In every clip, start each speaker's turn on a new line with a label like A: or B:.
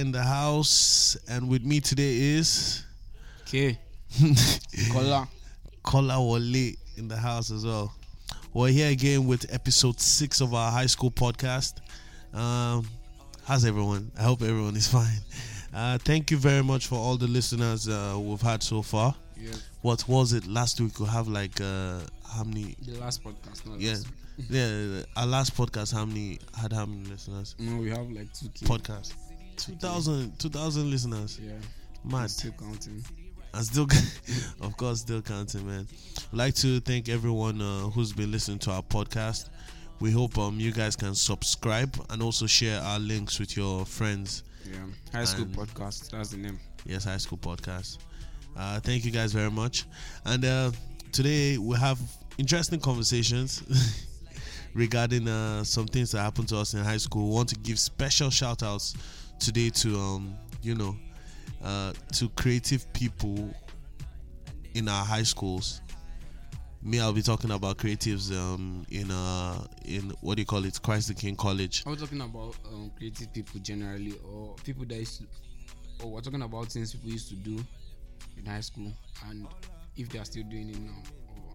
A: in the house, and with me today is
B: Okay. Kola.
A: Kola Wale in the house as well. We're here again with episode six of our high school podcast. Um, how's everyone? I hope everyone is fine. Uh, thank you very much for all the listeners uh, we've had so far.
B: Yes.
A: What was it last week? We have like uh, how many?
B: The last podcast. Not
A: Yeah,
B: Last.
A: yeah. uh, Our last podcast, how many had how many listeners?
B: No, we have like two kids.
A: Podcast. 2000, 2000 listeners.
B: Yeah.
A: Mad.
B: Still counting.
A: and still, of course, still counting, man. I'd like to thank everyone uh, who's been listening to our podcast. We hope um you guys can subscribe and also share our links with your friends.
B: Yeah. High school
A: And-
B: podcast. That's the name.
A: Yes, high school podcast. Uh, thank you guys very much. And uh, today we have interesting conversations regarding uh, some things that happened to us in high school. We want to give special shout outs today to um you know uh, to creative people in our high schools. Me, I'll be talking about creatives um, in uh, in what do you call it, Christ the King College.
B: Are we talking about um, creative people generally, or people that used to, or we're talking about things people used to do in high school, and if they are still doing it now? Or,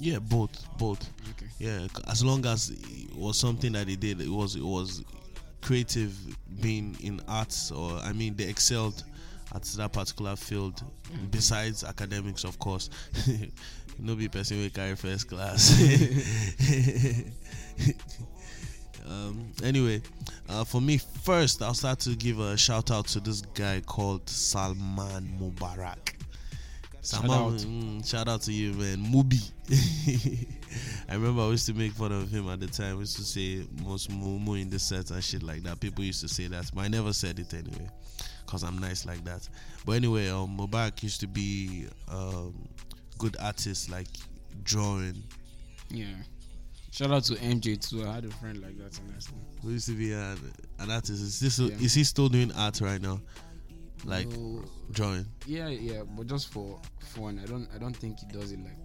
A: Yeah, both, both.
B: okay.
A: Yeah, c- as long as it was something that they did, it was it was creative, being in arts, or I mean, they excelled at that particular field. Besides academics, of course, no be person will carry first class. um, anyway, uh, for me first, I'll start to give a shout out to this guy called Salman Mubarak.
B: Shout
A: Salman,
B: out.
A: mm, shout out to you, man. Mubi. I remember I used to make fun of him at the time. I used to say most mumu in the set and shit like that. People used to say that, but I never said it anyway, cause I'm nice like that. But anyway, um, Mubarak used to be um, good artist, like drawing.
B: Yeah. Shout out to MJ too. I had a friend like that in high school.
A: Who used to be an, an artist? Is this
B: Yeah.
A: is he still doing art right now? Like
B: So,
A: drawing.
B: yeah, yeah, but just for fun. I don't, I don't think he does it like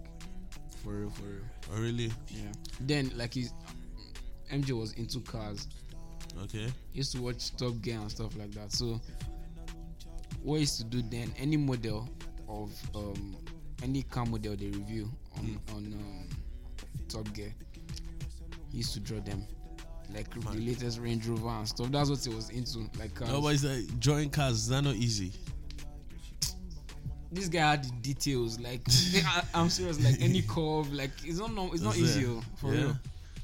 B: for real, for real.
A: Oh really?
B: Yeah. Then like he's MJ was into cars.
A: Okay.
B: He used to watch Top Gear and stuff like that. So what he used to do then? Any model of um, any car model they review on on um, Top Gear, he used to draw them. Like the latest Range Rover and stuff. That's what he was into. Like um, cars.
A: No, but it's like drawing cars. Is that not easy?
B: this guy had the details. Like I, I'm serious. Like any curve. Like it's not. no- It's not
A: It's, uh,
B: easy oh, for
A: yeah.
B: real.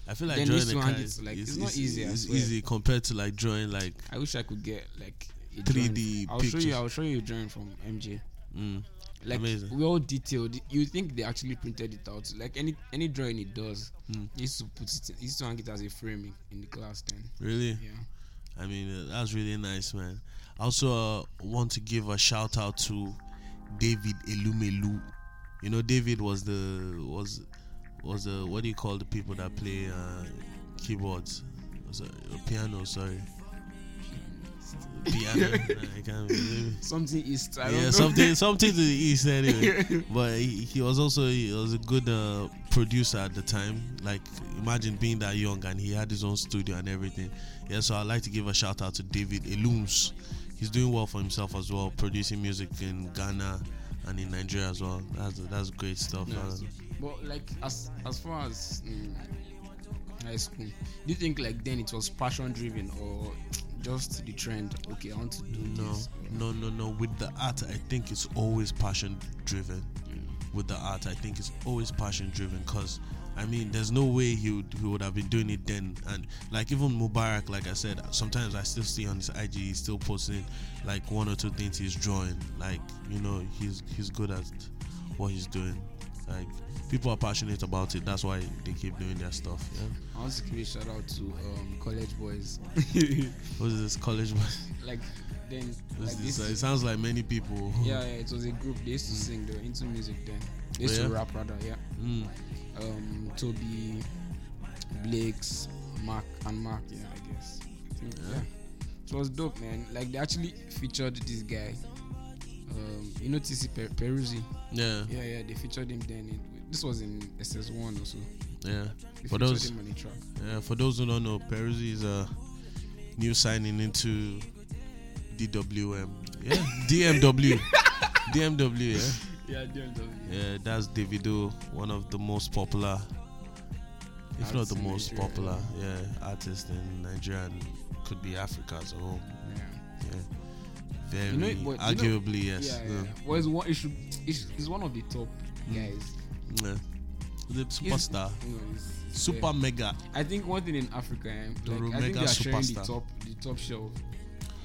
A: I feel like
B: Then
A: drawing
B: these
A: a
B: two
A: car
B: handles,
A: is,
B: like,
A: is-
B: it's not
A: is-
B: easy, I
A: is
B: swear.
A: easy compared to like drawing like
B: I wish I could get like a
A: 3D
B: drawing. I'll show
A: pictures.
B: you. I'll show you a drawing from MJ.
A: mm,
B: Like
A: Amazing.
B: well detailed. You think they actually printed it out? Like any any drawing it does,
A: Mm.
B: he used to put it. In, he used to hang it as a framing in the class. Then
A: really.
B: yeah,
A: I mean, uh, that's really nice, man. I also uh, want to give a shout out to David Elumelu. You know, David was the was was the what do you call the people that play uh, keyboards? Sorry, piano, sorry. Piano. I can't believe.
B: something east.
A: Yeah,
B: I don't know.
A: something something to the east anyway. But he, he was also he was a good uh, producer at the time. Like imagine being that young and he had his own studio and everything. Yeah, so I'd like to give a shout out to David Elooms. He's doing well for himself as well, producing music in Ghana and in Nigeria as well. That's that's great stuff.
B: Yeah,
A: man.
B: But like as as far as mm, high school, do you think like then it was passion driven or just the trend? Okay, I want to do
A: No,
B: this.
A: no, no, no. With the art, I think it's always passion driven.
B: Mm.
A: With the art, I think it's always passion driven. Cause I mean, there's no way he would he would have been doing it then. And like even Mubarak, like I said, sometimes I still see on his IG he's still posting like one or two things he's drawing. Like you know, he's he's good at what he's doing. Like people are passionate about it. That's why they keep doing their stuff. Yeah.
B: I want to give a shout out to um, college boys.
A: What is this college?
B: like then
A: What's
B: like
A: this? It sounds like many people.
B: Yeah, yeah, it was a group. They used to sing. They were into music then. They used
A: Mm. Oh,
B: to
A: yeah?
B: rap rather. Yeah.
A: Mm.
B: Um, Toby, Blake's, Mark, and Mark. Yeah, I guess. I think, yeah. It was dope, man. Like they actually featured this guy. Um, you know TC per-
A: Mm.
B: Peruzzi.
A: Yeah.
B: Yeah, yeah. They featured him then. It, this was in SS1 also.
A: Yeah.
B: They
A: For
B: featured
A: those-
B: him on a
A: Uh,
B: track.
A: Yeah, for those who don't know, Peruzzi is a new signing into DWM. Yeah, DMW. DMW, yeah.
B: Yeah, DMW.
A: Yeah, that's Davido, one of the most popular, if not
B: Artist
A: the
B: in
A: most
B: Nigeria.
A: popular, yeah, artist in Nigeria and could be Africa as a whole.
B: Yeah.
A: Yeah, very
B: You know, but you know-
A: arguably yes.
B: Yeah, yeah. Well, it's one, it should, it's, it's one of the top guys.
A: yeah. Yeah. The superstar,
B: You know, it's- it's
A: super
B: there.
A: mega.
B: I think one thing in Africa, eh,
A: The
B: like, I think
A: Omega
B: they are sharing the
A: superstar.
B: top, the top shelf.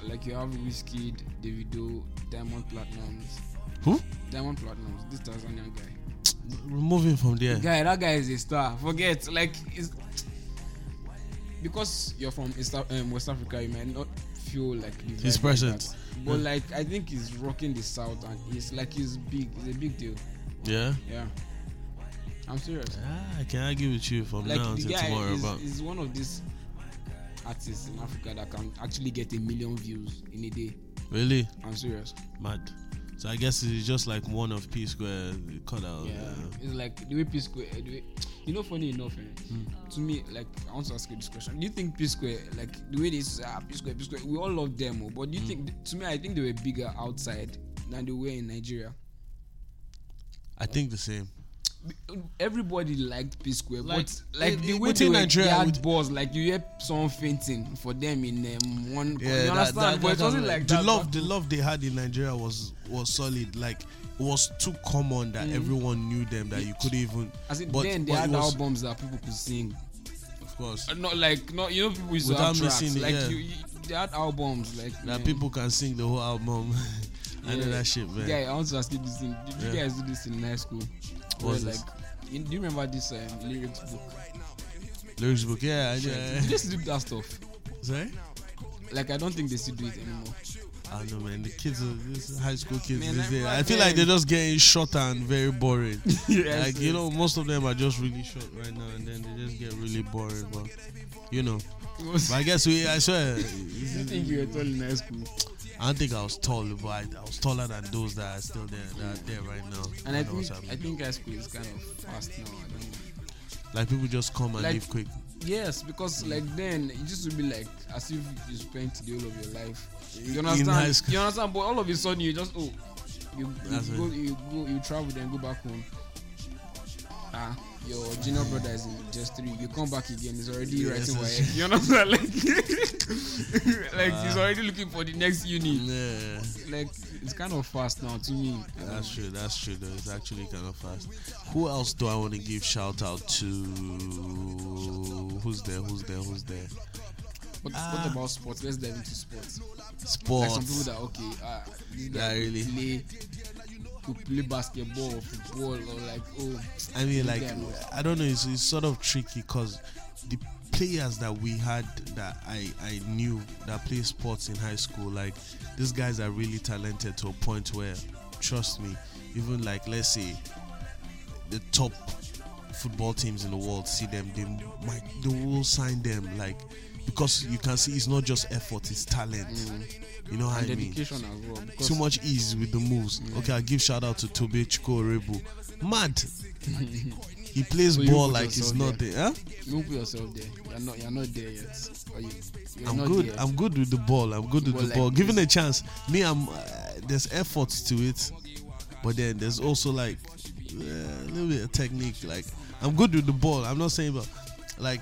B: Like you have Whiskey, Davido, Diamond Platinums,
A: Who?
B: Diamond Platinums. This Tanzanian guy.
A: Removing from there.
B: Guy, that guy is a star. Forget like it's because you're from East, Af- um, West Africa, you might not feel like the vibe
A: He's
B: like
A: present.
B: that. but like I think he's rocking the South, and he's like he's big. It's a big deal.
A: Yeah.
B: Yeah, I'm serious.
A: Ah, I can argue with you from
B: like
A: now
B: the
A: until
B: guy
A: tomorrow,
B: is,
A: but
B: is one of these artists in Africa that can actually get a million views in a day.
A: really
B: I'm serious.
A: mad. So I guess it's just like one of P Square cut out.
B: Yeah,
A: uh,
B: it's like the way P Square. The way, you know, funny enough, eh,
A: Hmm.
B: to me, like I want to ask you this question. Do you think P Square, like the way they say ah, P Square, P Square, we all love them, oh, but do you
A: Hmm.
B: think to me, I think they were bigger outside than they were in Nigeria.
A: I think the same.
B: Everybody liked P Square,
A: Like,
B: but like
A: it-
B: the
A: it-
B: way they
A: within
B: were
A: Nigeria,
B: they had
A: with-
B: balls, like you hear someone fainting for them in um, one.
A: Yeah,
B: you
A: that-
B: understand?
A: that-
B: but
A: that-
B: it wasn't
A: that-
B: like
A: the
B: that.
A: love the love they had in Nigeria was was solid. Like it was too common that everyone knew them that you could even.
B: Mm. As in,
A: but-
B: then they
A: but it
B: had
A: was-
B: albums that people could sing.
A: of course,
B: Uh, Not like not you know people used to
A: Without
B: have tracks.
A: missing it,
B: like
A: yeah.
B: you, you, they had albums like
A: that
B: man.
A: people can sing the whole album. I know
B: Yeah.
A: that shit, man.
B: Yeah, I want to ask you this thing. Did you
A: Yeah.
B: guys do this in high school? Where,
A: What's this?
B: like, in- do you remember this um, lyrics book?
A: Lyrics book, yeah, I
B: Did you
A: know.
B: just do that stuff?
A: Sorry,
B: Like, I don't think they still do it anymore.
A: I don't know, man. The kids, are, these high school kids
B: Man,
A: these days,
B: everyone
A: I feel like
B: there.
A: they're just getting shorter and very boring.
B: yes,
A: like you know, most of them are just really short right now, and then they just get really boring. But you know, but I guess we, I swear,
B: you think you were tall in high school?
A: I don't think I was tall, but I, I was taller than those that are still there, that are there right now.
B: And I
A: know
B: think
A: what's happening.
B: I think high school is kind of fast now. I don't know.
A: like people just come and
B: Like-
A: leave quick.
B: Yes, because like then it just would be like as if you spent the whole of your life. You
A: In
B: understand?
A: high school.
B: You understand? But all of a sudden you just oh, you, you
A: That's it.
B: go you go you travel then go back home. Ah, your junior brother is in just three. You come back again, he's already
A: Yes,
B: writing
A: yes.
B: YX. You understand? Like, like he's
A: Ah.
B: already looking for the next uni.
A: Yeah,
B: Like it's kind of fast now to me.
A: that's true. That's true. Though it's actually kind of fast. Who else do I want to give shout out to? Who's there? Who's there? Who's there?
B: What,
A: Ah.
B: what about sports? Let's dive into sports. Like
A: Sports.
B: some people that okay, uh, this guy
A: Yeah,
B: could
A: really.
B: play could play basketball or football or like oh
A: I mean,
B: this
A: like,
B: guy knows.
A: I don't know. It's, it's sort of tricky because the players that we had that I, I knew that play sports in high school, like, these guys are really talented to a point where, trust me, even like, let's say, the top football teams in the world see them, they might, they will sign them, like, because you can see it's not just effort, it's talent. You know how I
B: Mm. and
A: mean?
B: dedication as well. Because
A: too much ease with the moves. Okay, I give shout out to Tobe Chiko Rebu. Mad. he plays
B: So you
A: ball
B: put
A: like it's
B: yourself
A: nothing. Huh?
B: You don't put yourself there. You're not you're not there yet. Or you, you're
A: I'm
B: not
A: good.
B: There.
A: I'm good with the ball. I'm good with
B: But
A: the
B: like
A: ball.
B: this-
A: Given a chance, me, I'm. Uh, there's efforts to it, but then there's also like uh, a little bit of technique. Like I'm good with the ball. I'm not saying, but like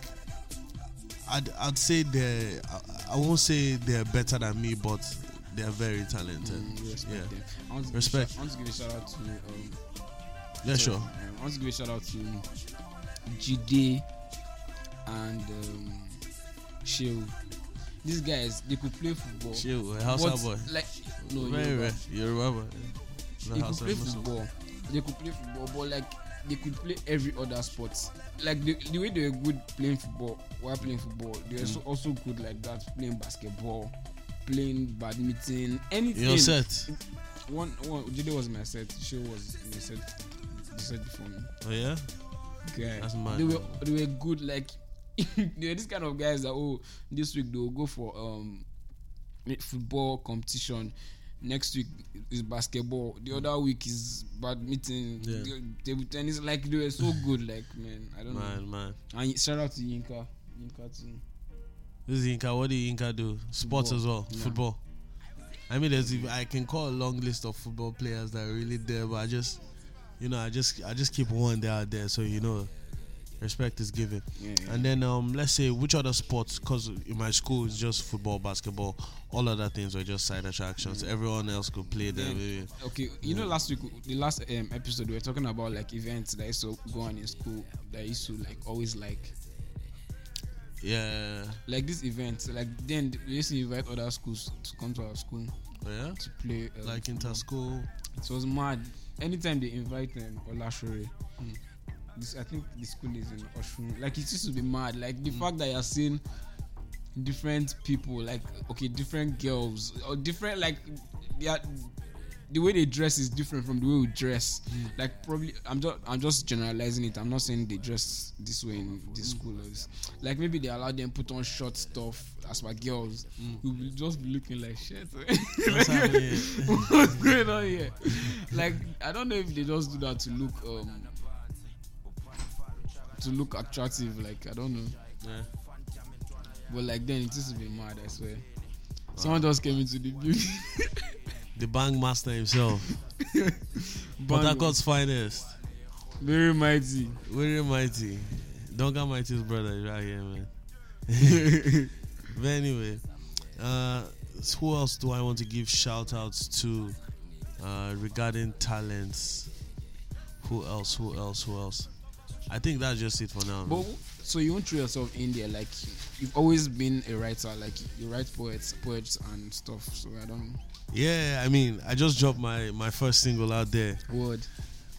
A: I'd I'd say they're. I, I won't say they're better than me, but they're very talented.
B: Mm, we respect
A: Yeah.
B: them. I want to give a
A: Respect.
B: shout- I want to give a shout out to um,
A: Yeah,
B: sorry,
A: sure.
B: um, I want to give a shout out to Jide and um, Sheu. These guys they could play football.
A: Chill, Hausa
B: but,
A: boy.
B: Like no,
A: very
B: Yoruba.
A: rare. Yoruba boy. The
B: they could
A: Hausa
B: play
A: muscle.
B: football they could play football but like they could play every other sport like the, the way they were good playing football while playing football they were so, also good like that playing basketball playing badminton anything
A: Your set.
B: one one Jide was my set show was my set the set before me
A: Oh yeah.
B: guy
A: That's mad,
B: they were
A: bro.
B: they were good like they were this kind of guys that oh this week they'll go for um football competition next week is basketball the other week is badminton
A: Mm. Yeah.
B: the- table tennis like they were so good like man i don't
A: Man, man.
B: know and shout out to yinka yinka too
A: This is Inca. What did Inca do? Sports
B: Football.
A: as well.
B: Yeah.
A: Football. I mean, there's I can call a long list of football players that are really there, but I just, you know, I just I just keep one there out there, so you know, respect is given.
B: Yeah, yeah.
A: And then um, let's say which other sports? Because in my school it's just football, basketball, all other things were just side attractions. Everyone else could play them.
B: Yeah. Okay, you know, last week, the last um, episode, we were talking about like events that used to go on in school that used to like always like
A: Yeah,
B: like this event. Like then we used to invite other schools to come to our school
A: Oh, yeah.
B: to play. um,
A: Like inter school.
B: it was mad. Anytime they invite um, Olashore, this I think the school is in Oshun. Like it used to be mad. Like the fact that you're seeing different people, like okay, different girls or different like they are, the way they dress is different from the way we dress.
A: Hmm.
B: Like probably I'm just I'm just generalizing it. I'm not saying they dress this way in
A: Hmm.
B: this school. or this- Like maybe they allow them put on short stuff as my girls. We'll be- just be looking like shit.
A: Hmm. What's happening?
B: what's going on here? Like, I don't know if they just do that to look um to look attractive. Like, I don't know,
A: Yeah.
B: but like then it used to be mad. I swear. Someone just came into the beauty.
A: The bang master himself,
B: Bang,
A: Port finest.
B: very mighty.
A: Very mighty. Duncan Mighty's brother is right here, man. but anyway, uh, who else do I want to give shout outs to uh, regarding talents? Who else? Who else? Who else? I think that's just it for now. man.
B: But so you won't throw yourself in there. Like you've always been a writer. Like you write poets, poets and stuff. So I don't
A: yeah, I mean, I just dropped my, my first single out there.
B: word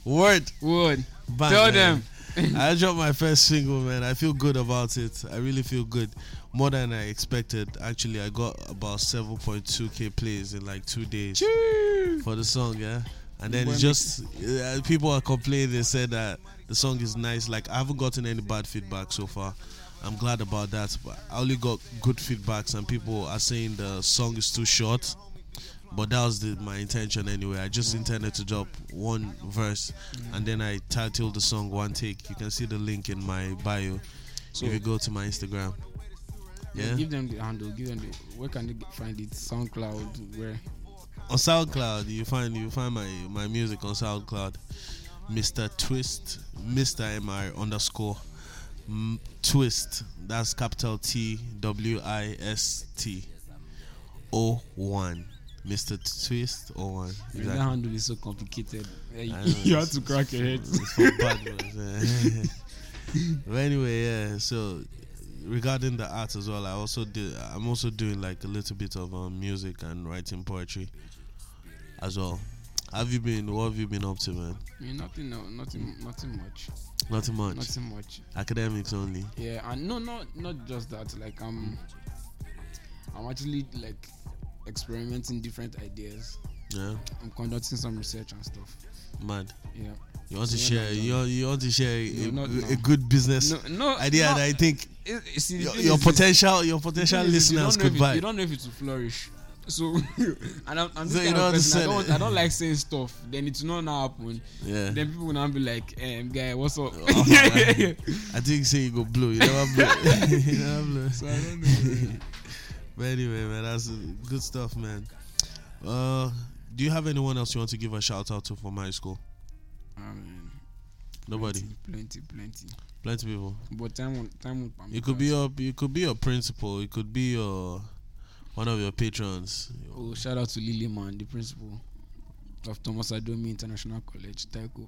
A: Word!
B: word.
A: Bang,
B: Tell
A: man.
B: them.
A: I dropped my first single, man. I feel good about it. I really feel good. More than I expected. Actually, I got about 7.2k plays in like two days.
B: Choo.
A: for the song, yeah. And then
B: When
A: it's just uh, people are complaining. They said that the song is nice. Like I haven't gotten any bad feedback so far. I'm glad about that. But I only got good feedbacks, and people are saying the song is too short. But that was the, my intention anyway. I just intended to drop one verse, and then I titled the song "One Take." You can see the link in my bio
B: So-
A: if you go to my Instagram. Yeah,
B: Give them the handle. Give them the. Where can they get- find it? SoundCloud. Where?
A: on SoundCloud. You find you find my my music on SoundCloud. Mr. Twist, Mr. Mr. underscore m- Twist. That's capital T W I S T O one. Mr. Twist O one.
B: That
A: Exactly.
B: handle is so complicated. Eh,
A: I
B: You,
A: know,
B: you had
A: Ah, it's-
B: to crack your head.
A: It's for bad ones, yeah. but anyway, yeah. So regarding the art as well, I also do. I'm also doing like a little bit of um, music and writing poetry as well. Have you been? What have you been up to, man?
B: I mean, nothing, no, nothing, nothing much,
A: Nothing much.
B: nothing much.
A: Academics only.
B: Yeah, and no, no, not just that. Like I'm, I'm actually like experimenting different ideas.
A: Yeah,
B: I'm conducting some research and stuff.
A: mad.
B: Yeah.
A: You want to
B: Yeah,
A: share?
B: no,
A: You want, you want to share a,
B: No, not
A: a
B: now.
A: good business
B: No, no.
A: idea
B: no,
A: that I think
B: it- it- see, the
A: your,
B: thing
A: your
B: is this-
A: potential your
B: the thing
A: potential
B: is this, you
A: listeners
B: don't know if
A: could
B: it-
A: buy.
B: You don't know if it will flourish. So, and I'm, I'm this
A: So you don't
B: kind of person. I
A: understand
B: don't,
A: it.
B: I don't like saying stuff. Then it's not now happen.
A: yeah.
B: Then people will now be like, um, guy, what's up?
A: Oh, man. I think say you go blue. You never blue. you never blue.
B: so I don't know.
A: But anyway, man, that's uh, good stuff, man. Uh, do you have anyone else you want to give a shout out to from high school?
B: Um,
A: Nobody.
B: Plenty, plenty.
A: Plenty people.
B: But time will, time will permit
A: It could
B: us.
A: be your it could be your principal. It could be your one of your patrons.
B: Oh, shout out to Lily Man, the principal of Thomas Adomi International College, Taiko.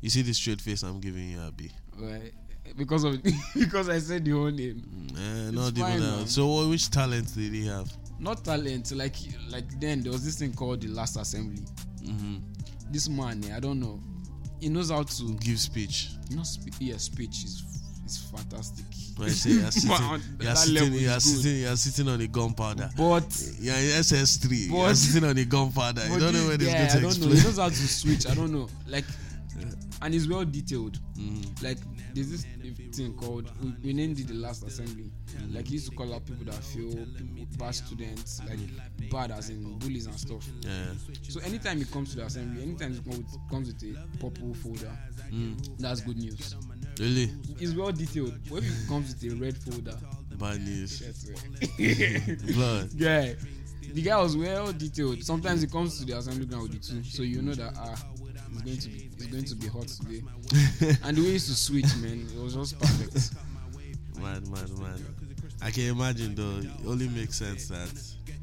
A: You see the straight face I'm giving you, Eh, Abby.
B: Right. Because of because I said the whole name,
A: Eh, not
B: It's
A: even
B: fine,
A: that.
B: man.
A: So, what- which talent did he have?
B: not talent. Like like then there was this thing called the Last Assembly. Mm-hmm.
A: hmm
B: This man, eh, I don't know, he knows how to
A: Give speech.
B: you know spe- yeah, speech is is fantastic.
A: When I say you're sitting,
B: Man,
A: you're
B: that
A: sitting,
B: level
A: you're
B: is good.
A: sitting, you're sitting on the gunpowder.
B: But
A: Yeah, SS3. You're
B: But-
A: sitting on the gunpowder. You
B: But
A: don't know
B: this
A: when it's
B: guy,
A: going
B: I
A: to
B: don't know. He
A: explode.
B: knows how to switch. I don't know. Like, and it's well detailed.
A: Mm.
B: Like, there's this thing called we, we named it the last assembly. Like, he used to call out people that feel people, bad students, like bad as in bullies and stuff.
A: Yeah.
B: So anytime he comes to the assembly, anytime he comes with, comes with a purple folder,
A: Mm.
B: that's good news.
A: Really?
B: It's well detailed. But if he comes with a red folder,
A: Bad news.
B: that's
A: Blood.
B: yeah. the guy was well detailed. Sometimes he comes to the assembly ground with the two, so you know that ah, it's going to be it's going to be hot today. and the way he used to switch, man, it was just perfect.
A: man, man, man. I can imagine though. It only makes sense that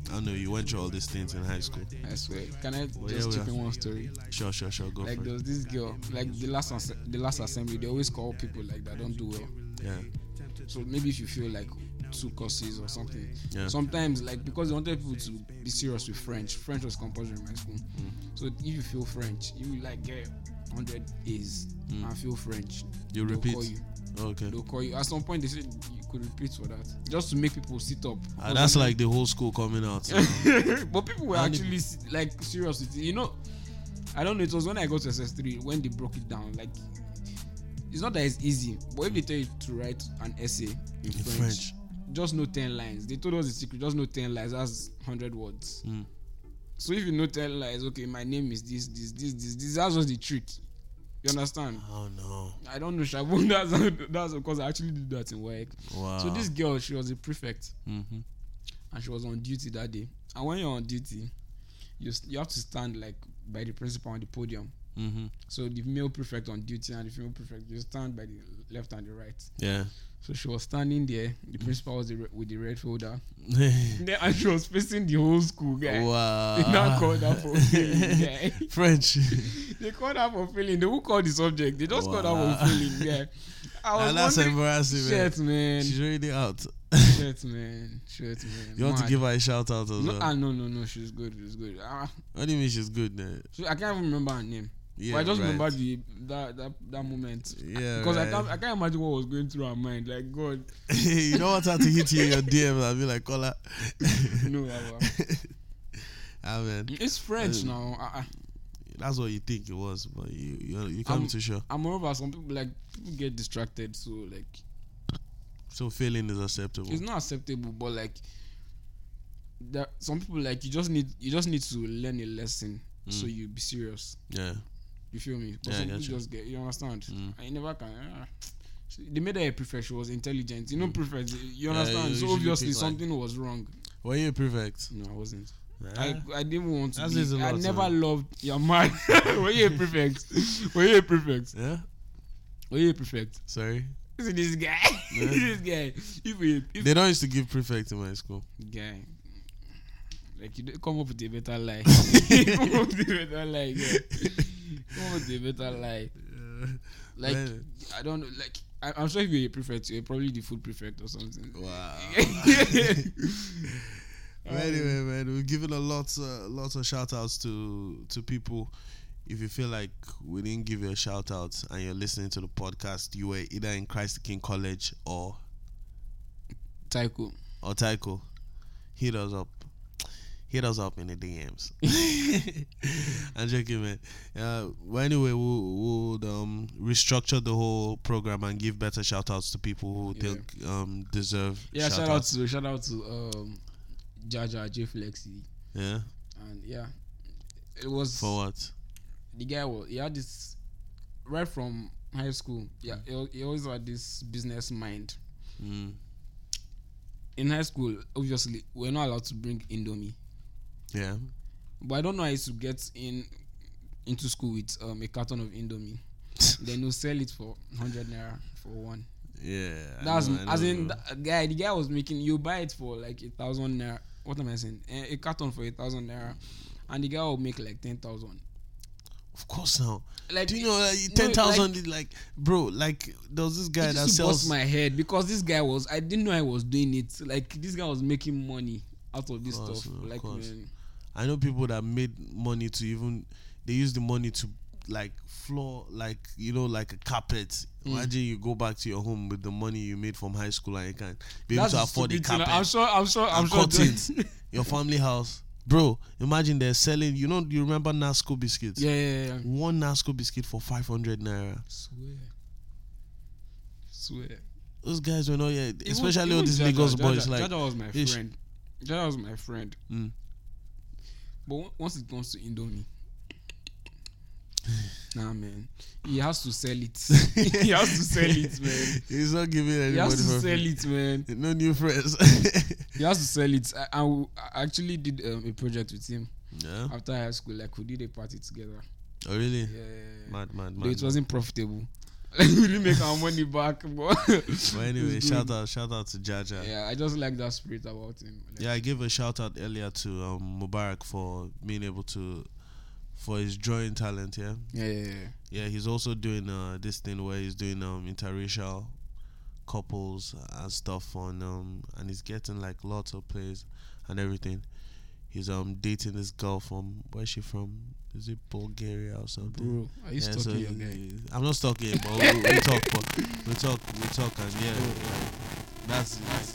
A: I don't know you went through all these things in high school.
B: I swear. Can I
A: Well, yeah,
B: just
A: we
B: chip
A: are.
B: in one story?
A: Sure, sure, sure. Go
B: Like
A: for
B: there
A: it.
B: was this girl, like the last asse- the last assembly, they always call people like that don't do well.
A: Yeah,
B: So maybe if you feel like two courses or something.
A: yeah.
B: Sometimes like because they wanted people to be serious with French. French was compulsory in my school.
A: Mm.
B: So if you feel French, you like get hundred A's
A: Mm.
B: and feel French.
A: you
B: They'll
A: repeat.
B: call you.
A: Okay.
B: They'll call you. At some point they said you could repeat for that. Just to make people sit up.
A: Ah, that's like the whole school coming out.
B: but people were
A: How many-
B: actually s- like serious with it. You know, I don't know. It was when I got to SS3 when they broke it down. Like, it's not that it's easy, but if they tell you to write an essay in,
A: in
B: French,
A: French.
B: just know ten lines. They told us the secret. Just know ten lines. That's hundred words.
A: Mm.
B: So if you know ten lines, okay, my name is this, this, this, this, this. That's just the trick. You understand?
A: Oh no!
B: I don't know, Shabun. That's how- that's because I actually did that in work.
A: Wow.
B: So this girl, she was a prefect
A: hmm
B: and she was on duty that day. And when you're on duty, you s- you have to stand like by the principal on the podium.
A: hmm
B: So the male prefect on duty and the female prefect, you stand by the left and the right.
A: Yeah.
B: So she was standing there. The principal was the re- with the red folder.
A: wow.
B: Then and she was facing the whole school guy.
A: Oh.
B: They now called her for failing.
A: yeah.
B: guy.
A: French.
B: they called her for failing. They won't call the subject. They just called her
A: Wow.
B: for failing. Yeah. I
A: Nah,
B: was
A: that's
B: wondering.
A: embarrassing, man.
B: Shit, man.
A: She's already out.
B: Shit, man. Shit, man.
A: You want to
B: Mad.
A: give her a shout out as
B: No,
A: well.
B: ah, no, no, no. She's good. She's good. Ah,
A: what do you mean she's good then?
B: So I can't even remember her name.
A: Yeah,
B: but I just
A: right.
B: remember the that that, that moment.
A: Yeah,
B: Because I
A: right.
B: can't I can't imagine what was going through her mind. Like God,
A: you don't want her to hit you in your DM and be like, call her.
B: no, Baba.
A: ah, man.
B: uh, it's French
A: Um,
B: now. I, I,
A: That's what you think it was, but you you, you can't
B: I'm-
A: be too sure.
B: I'm over some people like people get distracted, so like
A: So failing is acceptable.
B: it's not acceptable. But like that some people like you just need you just need to learn a lesson, so you be serious.
A: yeah.
B: You feel me? 'Cause
A: Mm. Yeah, I
B: some
A: get
B: people
A: you.
B: just get you understand.
A: Mm.
B: I never can. ah. She- They made her a prefect. She was intelligent. You know, prefect. You
A: Mm. Yeah,
B: understand.
A: you
B: so
A: usually
B: obviously
A: pick, like-
B: something was wrong.
A: Were you a prefect?
B: No, I wasn't.
A: Nah.
B: I, I didn't want to
A: That says a
B: be. I
A: lot, eh?
B: never
A: man.
B: loved your man. Were you a prefect? Were you a prefect?
A: yeah.
B: Were you a prefect?
A: Sorry.
B: Listen, to this guy.
A: Yeah.
B: this guy. If we, if
A: They don't used to give prefect in my school.
B: guy, like you don't- come up with a better lie. come up with a better lie. Yeah. Come up with a better lie. Like
A: Man.
B: I don't know. Like I, I'm sure if you're a prefect, you're probably the food prefect or something.
A: Wow.
B: Um,
A: But anyway, man, we've given a lot, uh, lots of shout outs to to people. If you feel like we didn't give you a shout out and you're listening to the podcast, you were either in Christ the King College or
B: Tycho.
A: or Tycho, hit us up. Hit us up in the DMs. I'm joking, man. Uh, well, anyway, we'll, we'll um, restructure the whole program and give better shout outs to people who
B: Yeah.
A: think um, deserve
B: Yeah, shout, out
A: shout-outs.
B: to shout out to um Jaja J Flexi
A: Yeah,
B: and yeah. It was
A: for what?
B: the guy was he had this right from high school. Yeah, he, al- he always had this business mind.
A: Mm.
B: In high school, obviously, we're not allowed to bring Indomie.
A: Yeah.
B: But I don't know how I used to get in into school with um, a carton of Indomie. then he'll sell it for hundred naira for one.
A: Yeah. I
B: That's
A: know, I
B: as
A: know,
B: in
A: bro.
B: that guy. The guy was making you buy it for like a thousand naira. What am I saying? Eh, A carton for a thousand naira, and the guy will make like ten thousand.
A: Of course now.
B: Like
A: Do you know like,
B: no,
A: ten thousand is like bro, like there was this guy
B: It
A: that
B: just bust
A: sells
B: my head because this guy was. I didn't know I was doing it. Like this guy was making money out of this
A: course,
B: stuff.
A: man, of
B: like
A: course.
B: man,
A: I know people that made money to even they use the money to like floor like you know like a carpet.
B: Mm.
A: Imagine you go back to your home with the money you made from high school and you can be able
B: that's
A: to
B: a
A: afford a
B: stupid thing.
A: carpet.
B: I'm sure. I'm sure. I'm
A: and
B: sure.
A: curtains. your family house. Bro, imagine they're selling you know you remember Nasco biscuits?
B: yeah, yeah, yeah.
A: One Nasco biscuit for five hundred naira.
B: Swear. Swear.
A: Those guys were not yet,
B: Even-
A: especially all
B: even
A: these
B: Jaja,
A: Lagos
B: Jaja-
A: boys. Like,
B: Jaja was my
A: ish.
B: friend. Jaja was my friend.
A: Mm.
B: But on- once it comes to Indomie, nah, man, he has to sell it. he has to sell it, man.
A: He's not giving
B: He
A: anybody
B: has to
A: for
B: sell
A: free.
B: it, man.
A: No new friends.
B: He he has to sell it. I, I w- I actually did um, a project with him
A: Yeah.
B: after high school. Like we did a party together.
A: Oh really?
B: Yeah, yeah, yeah.
A: Mad, mad,
B: Though
A: mad.
B: it wasn't profitable. we didn't make our money back, but
A: But anyway,
B: it's
A: shout out, shout out to Jaja.
B: yeah, I just like that spirit about him. Like,
A: Yeah, I gave a shout out earlier to um, Mubarak for being able to for his drawing talent. Yeah,
B: yeah, yeah, yeah.
A: yeah. He's also doing uh, this thing where he's doing um, interracial couples and stuff on um, and he's getting like lots of plays and everything. He's um dating this girl from where's she from? Is it Bulgaria or something?
B: bro. Are
A: Yeah,
B: you stalking
A: so
B: your
A: he-
B: guy?
A: he- I'm not stalking, but we, we talk, but we talk, we talk, and yeah, like, that's that's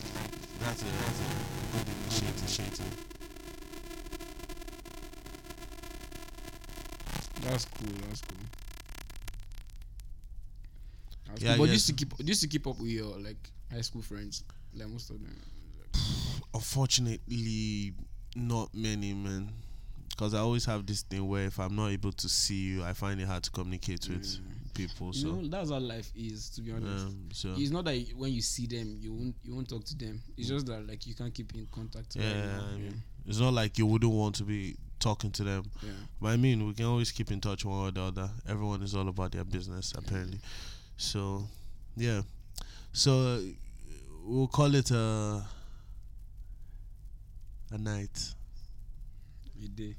A: that's a that's a good initiative. initiative.
B: That's cool. That's cool. That's
A: Yeah, I
B: cool. But
A: guess.
B: just to keep, just to keep up with your like high school friends, like most of them.
A: Unfortunately, not many men, because I always have this thing where if I'm not able to see you, I find it hard to communicate with people.
B: Mm. You
A: So,
B: know, that's how life is. To be honest,
A: um, so
B: it's not that you- when you see them, you won't, you won't talk to them. It's just that like you can't keep in contact. right
A: Mm. yeah,
B: now.
A: I mean, it's not like you wouldn't want to be talking to them.
B: yeah.
A: But I mean, we can always keep in touch one way or the other. Everyone is all about their business, apparently. So, yeah. So, uh, we'll call it a, a night,
B: You did.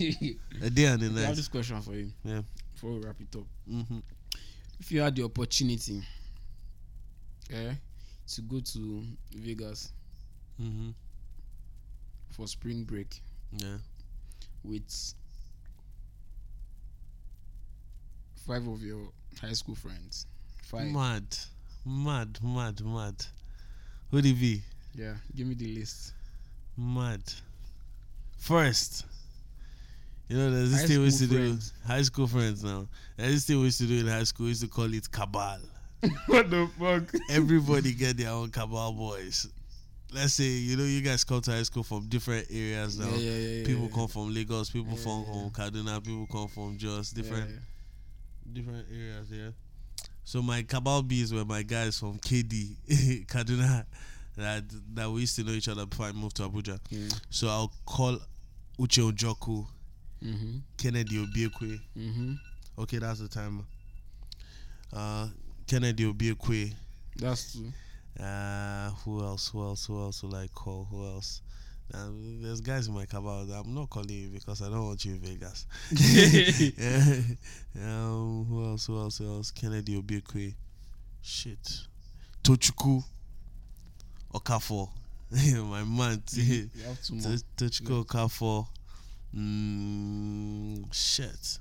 B: I
A: a day and a
B: have
A: night.
B: this question for you.
A: Yeah.
B: Before we wrap it up,
A: hmm
B: if you had the opportunity, eh, to go to Vegas
A: hmm
B: for spring break
A: Yeah.
B: with five of your high school friends, five.
A: Mad, mad, mad, mad. Who'd it be?
B: Yeah. Give me the list.
A: Mad. First, you know, there's this
B: High
A: thing we used to
B: school friends.
A: do. High school friends now. There's this thing we used to do in high school. We used to call it cabal.
B: what the fuck?
A: everybody get their own cabal boys. Let's say you know you guys come to high school from different areas now.
B: Yeah, yeah, yeah, yeah,
A: people
B: yeah.
A: come from Lagos, people
B: Yeah,
A: from
B: yeah.
A: from Kaduna, people come from just different
B: Yeah.
A: different areas. Yeah. So my cabal bees were my guys from KD Kaduna that that we used to know each other before I moved to Abuja.
B: Yeah.
A: So I'll call Uche Ojoku,
B: Mhm.
A: Kennedy Obiekwe. Mm-hmm.
B: Mhm.
A: Okay, that's the timer. Uh, Kennedy Obiekwe.
B: That's true.
A: Uh, who else? Who else? Who else will I call? Who else? Um, there's guys in my cabal. that I'm not calling you because I don't want you in Vegas. yeah. um, who else? Who else? Who else? Kennedy Obiekwe. Shit. Tochuku. Okafor. my man. T-
B: You have two more.
A: T- Tochuku Okafor. Mm, shit.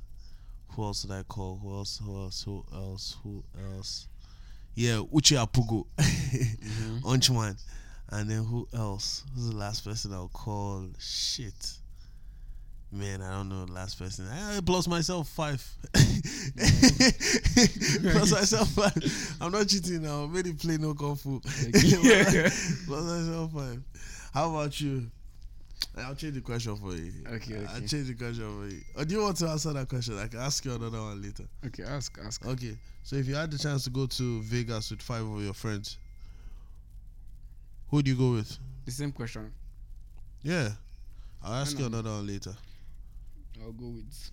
A: Who else did I call? Who else? Who else? Who else? Who else? Yeah, Uche Apugo.
B: Mhm.
A: Unchman. And then who else? Who's the last person I'll call? Shit. Man, I don't know the last person. I plus myself five. plus myself five. I'm not cheating now. Maybe play no kung fu.
B: Okay.
A: plus myself five. How about you? I'll change the question for you.
B: Okay, okay.
A: I'll change the question for you. Or do you want to answer that question? I can ask you another one later.
B: Okay. Ask. Ask.
A: Okay, so if you had the chance to go to Vegas with five of your friends, who'd you go with?
B: The same question.
A: Yeah, I'll ask you
B: know.
A: another one later.
B: I'll go with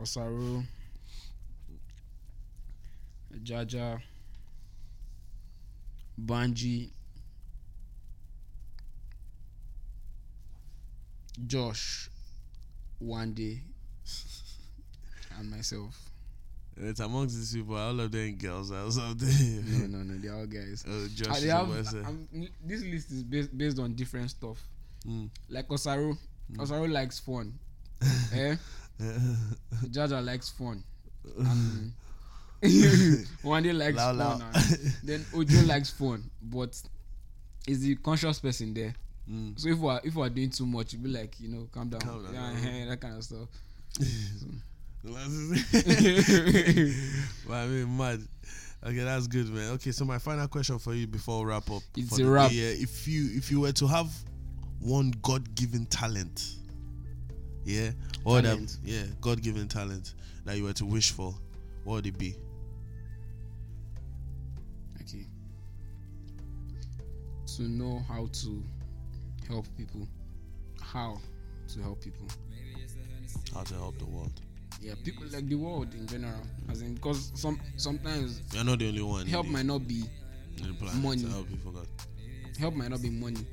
B: Osaro, Jaja, Banji, Josh, one day, and myself.
A: It's amongst these people, all of them girls or something.
B: No, no, no, they're all guys.
A: Uh,
B: Ah,
A: Josh
B: they
A: is
B: Mm. have-
A: the worst, eh?
B: I'm- this list is based, based on different stuff.
A: Mm.
B: Like Osaro, Osaro likes fun. eh? Jaja likes fun. And
A: Mm.
B: Wande likes
A: Lao,
B: phone.
A: lao.
B: and Then Ojo likes phone, but is the conscious person there?
A: Mm.
B: So if we're if we're doing too much, it'll be like you know, calm down,
A: Calm down,
B: yeah,
A: calm
B: that kind of stuff.
A: But I mean, mad. Okay, that's good, man. Okay, so my final question for you before we wrap up.
B: It's
A: for
B: a
A: the day,
B: wrap.
A: Yeah, if you if you were to have one God-given talent, yeah, or
B: Talent.
A: that yeah God-given talent that you were to wish for, what would it be?
B: okay. To know how to help people. How to help people?
A: How to help the world.
B: Yeah, people like the world in general. As in, because some sometimes
A: You're not the only one. in
B: help
A: the-
B: might not be
A: in the planet
B: money.
A: To help people. God.
B: help might not be money.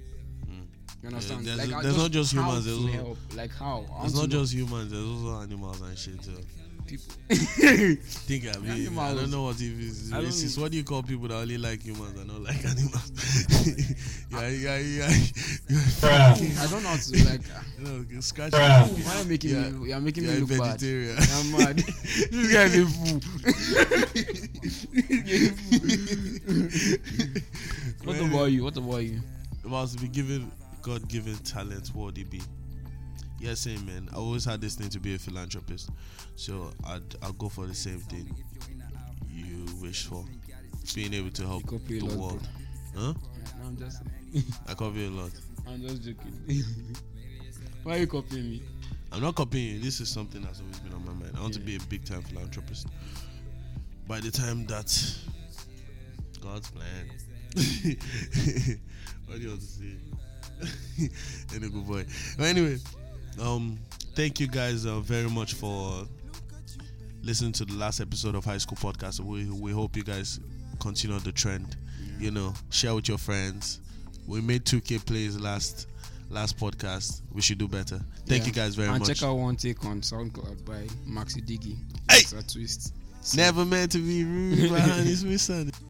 A: Mm.
B: You understand?
A: there's-
B: I
A: there's not just
B: how
A: humans,
B: to
A: there's also-
B: help. Like how? I
A: It's
B: want
A: not
B: to know
A: just humans. There's also animals and shit. Too.
B: people.
A: Think I mean, I
B: Animals.
A: don't know what if it's
B: I don't-
A: racist. What do you call people that only like humans and not like animals? yeah, yeah, yeah.
B: I don't know how to like.
A: You know, scratch.
C: Bruh.
A: your face.
B: Why are you making
A: Yeah.
B: me? You're making
A: You're
B: me
A: a
B: look bad.
A: vegetarian.
B: I'm mad. this guy is a fool. This guy is a fool. what about you? What about you?
A: If I was to be given God given talent, what would it be? Yeah, same man. I always had this thing to be a philanthropist. So I'd I'll go for the same thing you wish for. Being able to help
B: You copy a
A: the
B: lot, bro.
A: world. Huh?
B: I'm just,
A: I copy a lot.
B: I'm just joking. Why are you copying me?
A: I'm not copying you. This is something that's always been on my mind. I want to
B: Yeah.
A: be a big time philanthropist. By the time that God's plan. what do you want to say? Any good boy. But anyway, um, thank you guys uh, very much for listening to the last episode of High School Podcast. We we hope you guys continue the trend. You know, share with your friends. We made 2K plays last last podcast. We should do better. Thank
B: Yeah.
A: you guys very
B: and
A: much.
B: check out one take on SoundCloud by Maxi Diggy.
A: Hey!
B: It's a twist. So-
A: Never meant to be rude, but honey, it's my son.